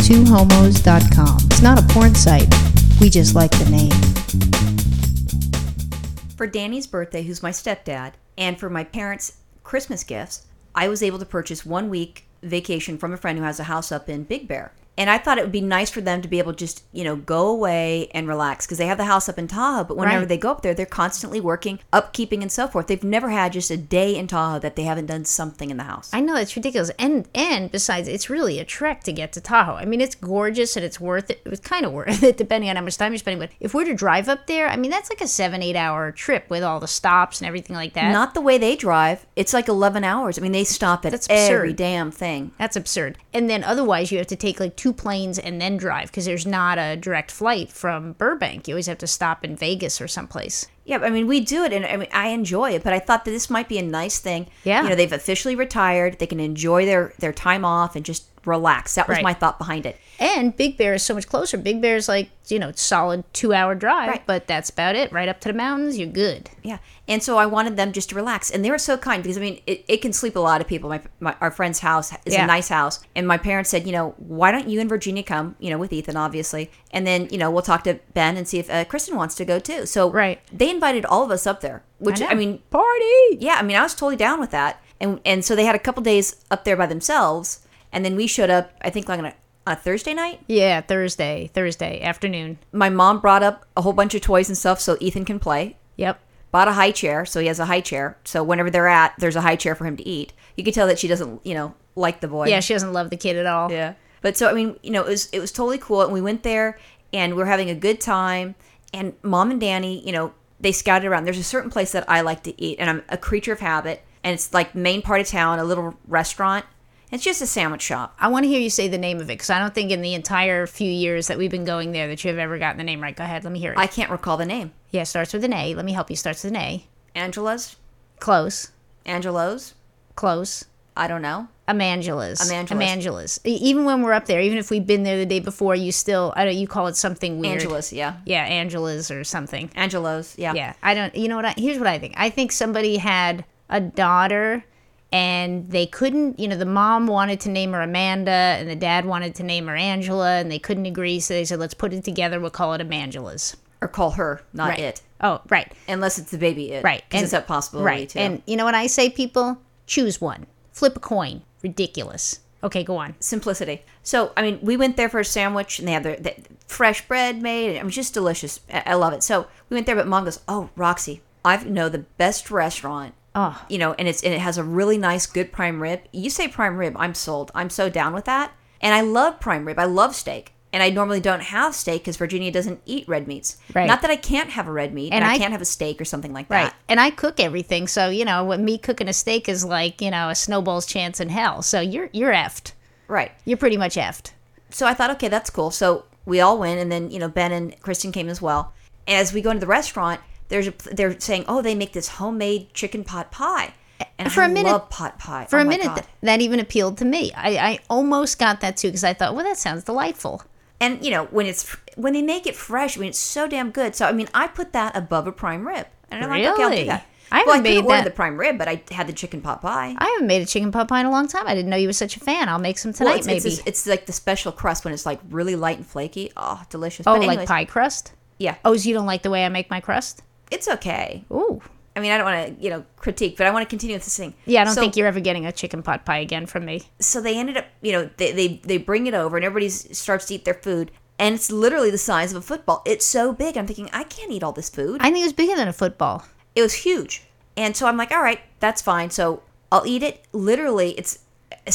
twohomos.com. It's not a porn site. We just like the name. For Danny's birthday, who's my stepdad, and for my parents' Christmas gifts, I was able to purchase one week vacation from a friend who has a house up in Big Bear. And I thought it would be nice for them to be able to just, you know, go away and relax because they have the house up in Tahoe. But whenever Right. they go up there, they're constantly working, upkeeping, and so forth. They've never had just a day in Tahoe that they haven't done something in the house. I know it's ridiculous, and and besides, it's really a trek to get to Tahoe. I mean, it's gorgeous and it's worth it. It's kind of worth it depending on how much time you're spending. But if we're to drive up there, I mean, that's like a seven eight hour trip with all the stops and everything like that. Not the way they drive. It's like 11 hours. I mean, they stop at That's every absurd. damn thing. That's absurd. And then otherwise, you have to take like two planes and then drive because there's not a direct flight from Burbank. You always have to stop in Vegas or someplace. Yeah, I mean, we do it, and I mean, I enjoy it. But I thought that this might be a nice thing. Yeah. you know, they've officially retired; they can enjoy their their time off and just relax. That was Right. my thought behind it. And Big Bear is so much closer. Big Bear is like, you know, solid two hour drive, Right. but that's about it. Right up to the mountains, you're good. Yeah, and so I wanted them just to relax, and they were so kind because I mean, it, it can sleep a lot of people. My, my our friend's house is Yeah. a nice house, and my parents said, you know, why don't you and Virginia come, you know, with Ethan, obviously, and then you know we'll talk to Ben and see if uh, Kristen wants to go too. So Right. they invited all of us up there, which know. I mean, Party! yeah, I mean, I was totally down with that. And and so they had a couple days up there by themselves, and then we showed up. I think like on a, on a Thursday night. Yeah, Thursday, Thursday afternoon. My mom brought up a whole bunch of toys and stuff so Ethan can play. Yep. Bought a high chair, so he has a high chair. So whenever they're at, there's a high chair for him to eat. You could tell that she doesn't, you know, like the boy. Yeah, she doesn't love the kid at all. Yeah. But so I mean, you know, it was it was totally cool, and we went there, and we are having a good time. And mom and Danny, you know, they scouted around. There's a certain place that I like to eat, and I'm a creature of habit. And it's like main part of town, a little restaurant. It's just a sandwich shop. I want to hear you say the name of it because I don't think in the entire few years that we've been going there that you have ever gotten the name right. Go ahead, let me hear it. I can't recall the name. yeah, starts with an A. Let me help you. Starts with an A. Angela's, Close, Angelo's. close. I don't know. Amangelas. Amangelas. Amangelas. E- Even when we're up there, even if we've been there the day before, you still I don't you call it something weird. Angela's, yeah. Yeah, Angelas or something. Angelo's, yeah. Yeah. I don't you know what I here's what I think. I think somebody had a daughter and they couldn't you know, the mom wanted to name her Amanda and the dad wanted to name her Angela and they couldn't agree, so they said, Let's put it together, we'll call it Amangelas. Or call her, not Right. it. Oh, right. Unless it's the baby it. Right. Because And- it's that possibility Right. too. And you know what I say, people? Choose one. Flip a coin. Ridiculous. Okay, go on. simplicity. So, I mean, we went there for a sandwich, and they had their the fresh bread made. And it was just delicious. I, I love it. So we went there, but Mom goes, "Oh, Roxy, I know the best restaurant." Oh. You know, and it's and it has a really nice, good prime rib. You say prime rib, I'm sold. I'm so down with that. And I love prime rib. I love steak. And I normally don't have steak because Virginia doesn't eat red meats. Right. Not that I can't have a red meat, and, And I, I- can't have a steak or something like Right. that. And I cook everything, so you know, what me cooking a steak is like, you know, a snowball's chance in hell. So you're you're effed. Right. You're pretty much effed. so I thought, okay, that's cool. So we all went, and then you know Ben and Kristen came as well. As we go into the restaurant, there's a, they're saying, oh, they make this homemade chicken pot pie, and For I a minute- love pot pie. For Oh a my minute, God. th- that even appealed to me. I, I almost got that too because I thought, well, that sounds delightful. and you know when it's when they make it fresh, I mean it's so damn good. So I mean I put that above a prime rib, and I'm like, okay, I'll do Really? that. I well, I haven't made couldn't order that- the prime rib, but I had the chicken pot pie. I haven't made a chicken pot pie in a long time. I didn't know you were such a fan. I'll make some tonight, Well, it's, it's, maybe. it's, like the special crust when it's like really light and flaky. Oh, delicious! oh, but anyways, like pie crust? Yeah, Oh, so you don't like the way I make my crust? it's okay. Ooh. I mean, I don't want to, you know, critique, but I want to continue with this thing. Yeah, I don't So- think you're ever getting a chicken pot pie again from me. so they ended up you know they, they they bring it over and everybody s- starts to eat their food and it's literally the size of a football it's so big i'm thinking i can't eat all this food I think it was bigger than a football. it was huge and so i'm like all right that's fine so i'll eat it literally it's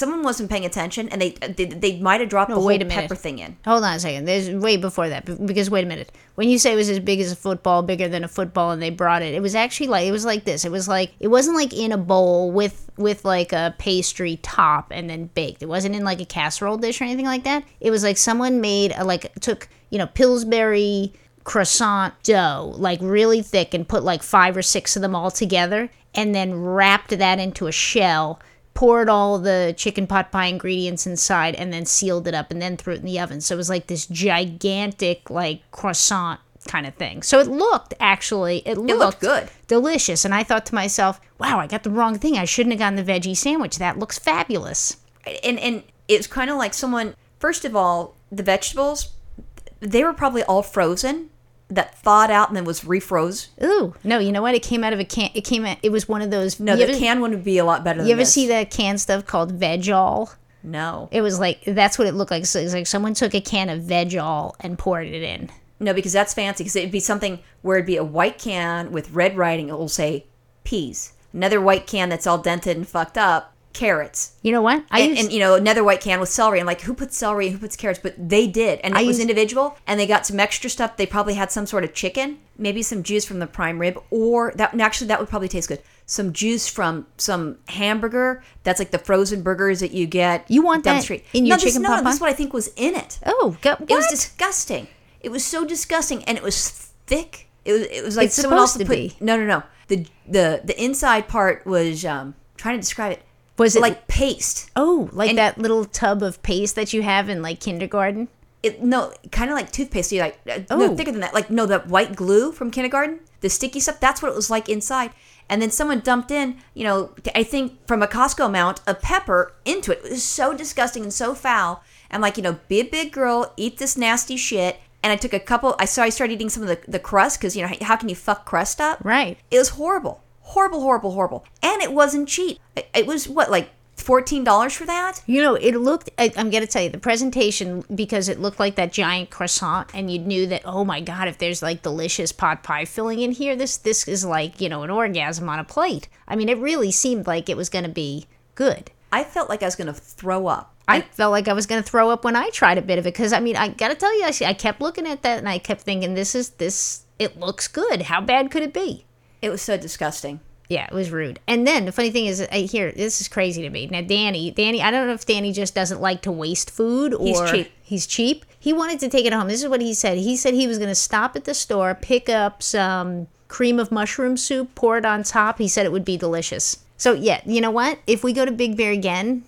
someone wasn't paying attention and they they, they might have dropped the whole wait a minute. pepper thing in Hold on a second. There's way before that be- because wait a minute. When you say it was as big as a football, bigger than a football, and they brought it, it was actually like it was like this. It was like it wasn't like in a bowl with with like a pastry top and then baked. It wasn't in like a casserole dish or anything like that. It was like someone made a, like took you know Pillsbury croissant dough like really thick and put like five or six of them all together and then wrapped that into a shell poured all the chicken pot pie ingredients inside and then sealed it up and then threw it in the oven. So it was like this gigantic like croissant kind of thing. So it looked actually it looked, good. Delicious. And I thought to myself, wow, I got the wrong thing. I shouldn't have gotten the veggie sandwich. That looks fabulous. and and it's kind of like someone First of all, the vegetables, they were probably all frozen, that thawed out and then was refroze. Ooh, no, you know what? It came out of a can. It came out. It was one of those. No, you the ever, canned one would be a lot better You than ever this. see that canned stuff called veg all? No. It was like that's what it looked like. So it's like someone took a can of veg all and poured it in. No, because that's fancy. Because it'd be something where it'd be a white can with red writing. It will say peas. Another white can that's all dented and fucked up. Carrots. You know what? I And, used, and, you know another white can with celery. I'm like, who puts celery? Who puts carrots? But they did, and it was used- individual. And they got some extra stuff. They probably had some sort of chicken, maybe some juice from the prime rib, or that. And actually, that would probably taste good. Some juice from some hamburger. That's like the frozen burgers that you get. You want down the that street. in no, your this, chicken no, pot no, this pie? is what I think was in it. oh, go, what? It was disgusting. It was so disgusting, and it was thick. It was, it was like It's someone else supposed put. to be. No, no, no. The the the inside part was um trying to describe it. Was it- like paste? oh, like and- that little tub of paste that you have in like kindergarten. It no, kind of like toothpaste. You like uh, Oh. no thicker than that. Like no, that white glue from kindergarten, the sticky stuff. That's what it was like inside. And then someone dumped in, you know, I think from a Costco amount of pepper into it. It was so disgusting and so foul. I'm like, you know, be a big girl, eat this nasty shit. And I took a couple. I saw I started eating some of the, the crust because you know how can you fuck crust up? Right. It was horrible, horrible, horrible, horrible. And it wasn't cheap. It- It was what like fourteen dollars for that. You know, it looked. I, I'm gonna tell you the presentation because it looked like that giant croissant, and you knew that. Oh my god, if there's like delicious pot pie filling in here, this this is like you know an orgasm on a plate. I mean, it really seemed like it was gonna be good. I felt like I was gonna throw up. I felt like I was going to throw up when I tried a bit of it because I mean I got to tell you I, I kept looking at that and I kept thinking this is this it looks good how bad could it be It was so disgusting. yeah it was rude and then the funny thing is I here this is crazy to me now Danny Danny I don't know if Danny just doesn't like to waste food or cheap. he's cheap he wanted to take it home this is what he said he said he was going to stop at the store pick up some cream of mushroom soup pour it on top he said it would be delicious so yeah you know what if we go to Big Bear again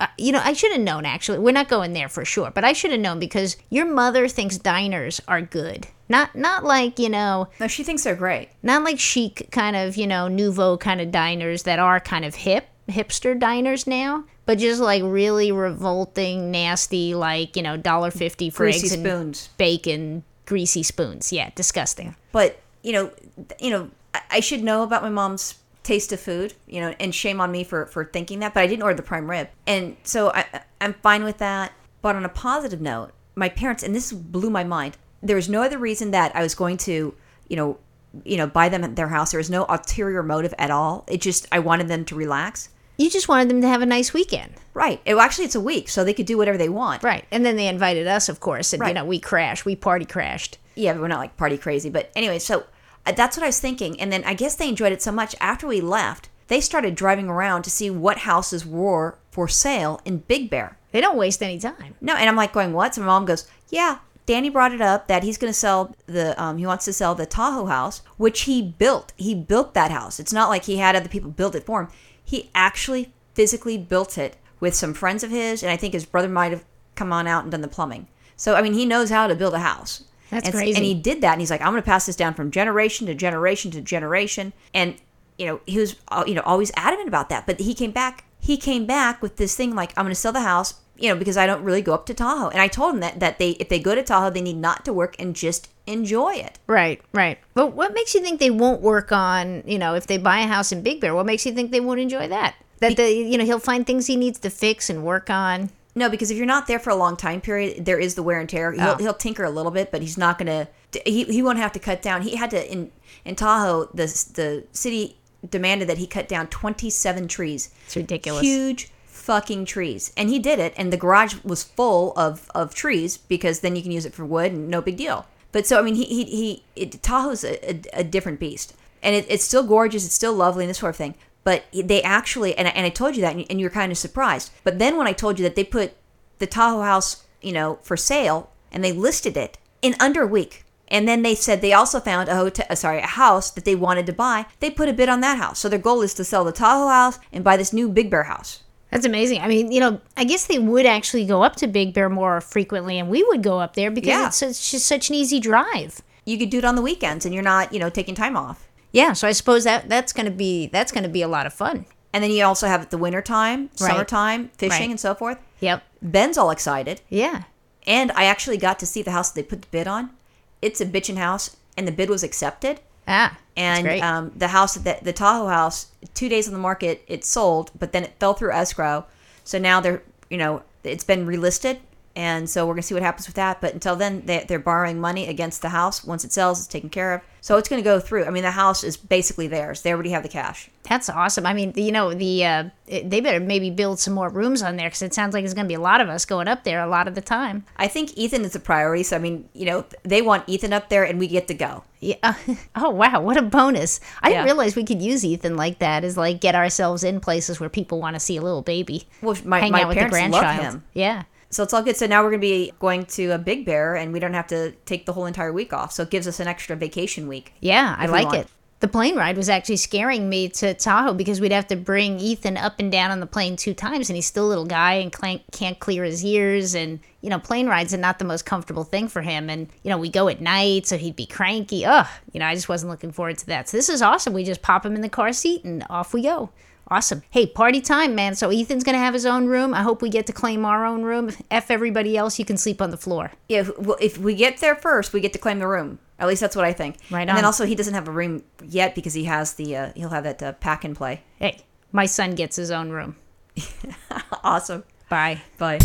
uh, you know, I should have known actually. We're not going there for sure, but I should have known because your mother thinks diners are good. Not not like, you know, No, she thinks they're great. not like chic kind of, you know, nouveau kind of diners that are kind of hip, hipster diners now, but just like really revolting, nasty like, you know, $1.50 for Greasy eggs and spoons. bacon, greasy spoons. Yeah, disgusting. But you know, th- you know, I, I should know about my mom's taste of food. You know, and shame on me for for thinking that. But I didn't order the prime rib, and so I I- I'm fine with that. But on a positive note, my parents and this blew my mind. There was no other reason that I was going to, you know, you know, buy them at their house. There was no ulterior motive at all. It just I wanted them to relax. You just wanted them to have a nice weekend. Right. It, well, actually, it's a week, so they could do whatever they want. Right. And then they invited us, of course, and you Right. know, we crashed, we party crashed. yeah, but we're not like party crazy. But anyway, so uh, that's what I was thinking. And then I guess they enjoyed it so much after we left, they started driving around to see what houses were for sale in Big Bear. They don't waste any time. No, and I'm like going, what? So my mom goes, yeah. Danny brought it up that he's going to sell the um, he wants to sell the Tahoe house, which he built. He built that house. It's not like he had other people build it for him. He actually physically built it with some friends of his, and I think his brother might have come on out and done the plumbing. So I mean, he knows how to build a house. That's and, crazy. And he did that, and he's like, I'm going to pass this down from generation to generation to generation. And you know, he was uh, you know always adamant about that. But he came back. He came back with this thing like, I'm going to sell the house. You know, because I don't really go up to Tahoe. And I told him that that they if they go to Tahoe, they need not to work and just enjoy it. Right, right. But what makes you think they won't work on, you know, if they buy a house in Big Bear, what makes you think they won't enjoy that? That the you know, he'll find things he needs to fix and work on. No, because if you're not there for a long time period, there is the wear and tear. He'll, Oh. he'll tinker a little bit, but he's not gonna. He, he won't have to cut down. He had to in in Tahoe. The the city demanded that he cut down 27 trees. It's ridiculous. Huge fucking trees, and he did it. And the garage was full of of trees because then you can use it for wood, and no big deal. But so I mean, he he, he it, Tahoe's a, a, a different beast, and it, it's still gorgeous, it's still lovely, and this sort of thing. But they actually, and I, and I told you that, and you- and you were kind of surprised. But then when I told you that they put the Tahoe house, you know, for sale, and they listed it in under a week. And then they said they also found a hotel, uh, sorry, a house that they wanted to buy. They put a bid on that house. So their goal is to sell the Tahoe house and buy this new Big Bear house. That's amazing. I mean, you know, I guess they would actually go up to Big Bear more frequently and we would go up there because Yeah. it's, it's just such an easy drive. You could do it on the weekends, and you're not, you know, taking time off. Yeah, so I suppose that that's going to be that's going to be a lot of fun. And then you also have the wintertime, Right. summertime, fishing, Right. and so forth. Yep. Ben's all excited. Yeah. And I actually got to see the house they put the bid on. It's a bitchin' house, and the bid was accepted. Ah. that's And great. um, the house, the, the Tahoe house, two days on the market, it sold, but then it fell through escrow. So now they're, you know, it's been relisted. And so we're going to see what happens with that. But until then, they, they're borrowing money against the house. Once it sells, it's taken care of. So it's going to go through. I mean, the house is basically theirs. They already have the cash. That's awesome. I mean, you know, the uh, it- they better maybe build some more rooms on there because it sounds like there's going to be a lot of us going up there a lot of the time. I think Ethan is a priority. So, I mean, you know, they want Ethan up there and we get to go. Yeah. Oh wow, what a bonus! I didn't Yeah. realize we could use Ethan like that. Is like get ourselves in places where people want to see a little baby. Well, my, Hang my out with the parents love grandchild. him. Yeah. So it's all good. So now we're going to be going to a Big Bear and we don't have to take the whole entire week off. So it gives us an extra vacation week. Yeah, I if we like want. it. The plane ride was actually scaring me to Tahoe because we'd have to bring Ethan up and down on the plane two times, and he's still a little guy and clank, can't clear his ears. And, you know, plane rides are not the most comfortable thing for him. And, you know, we go at night, so he'd be cranky. Ugh, you know, I just wasn't looking forward to that. So this is awesome. We just pop him in the car seat and off we go. Awesome. Hey, party time, man. So Ethan's going to have his own room. I hope we get to claim our own room. F everybody else, you can sleep on the floor. Yeah, if, well, if we get there first, we get to claim the room. At least that's what I think. Right And on. then also, he doesn't have a room yet because he has the uh, he'll have that uh, pack and play. Hey, my son gets his own room. awesome. Bye. Bye.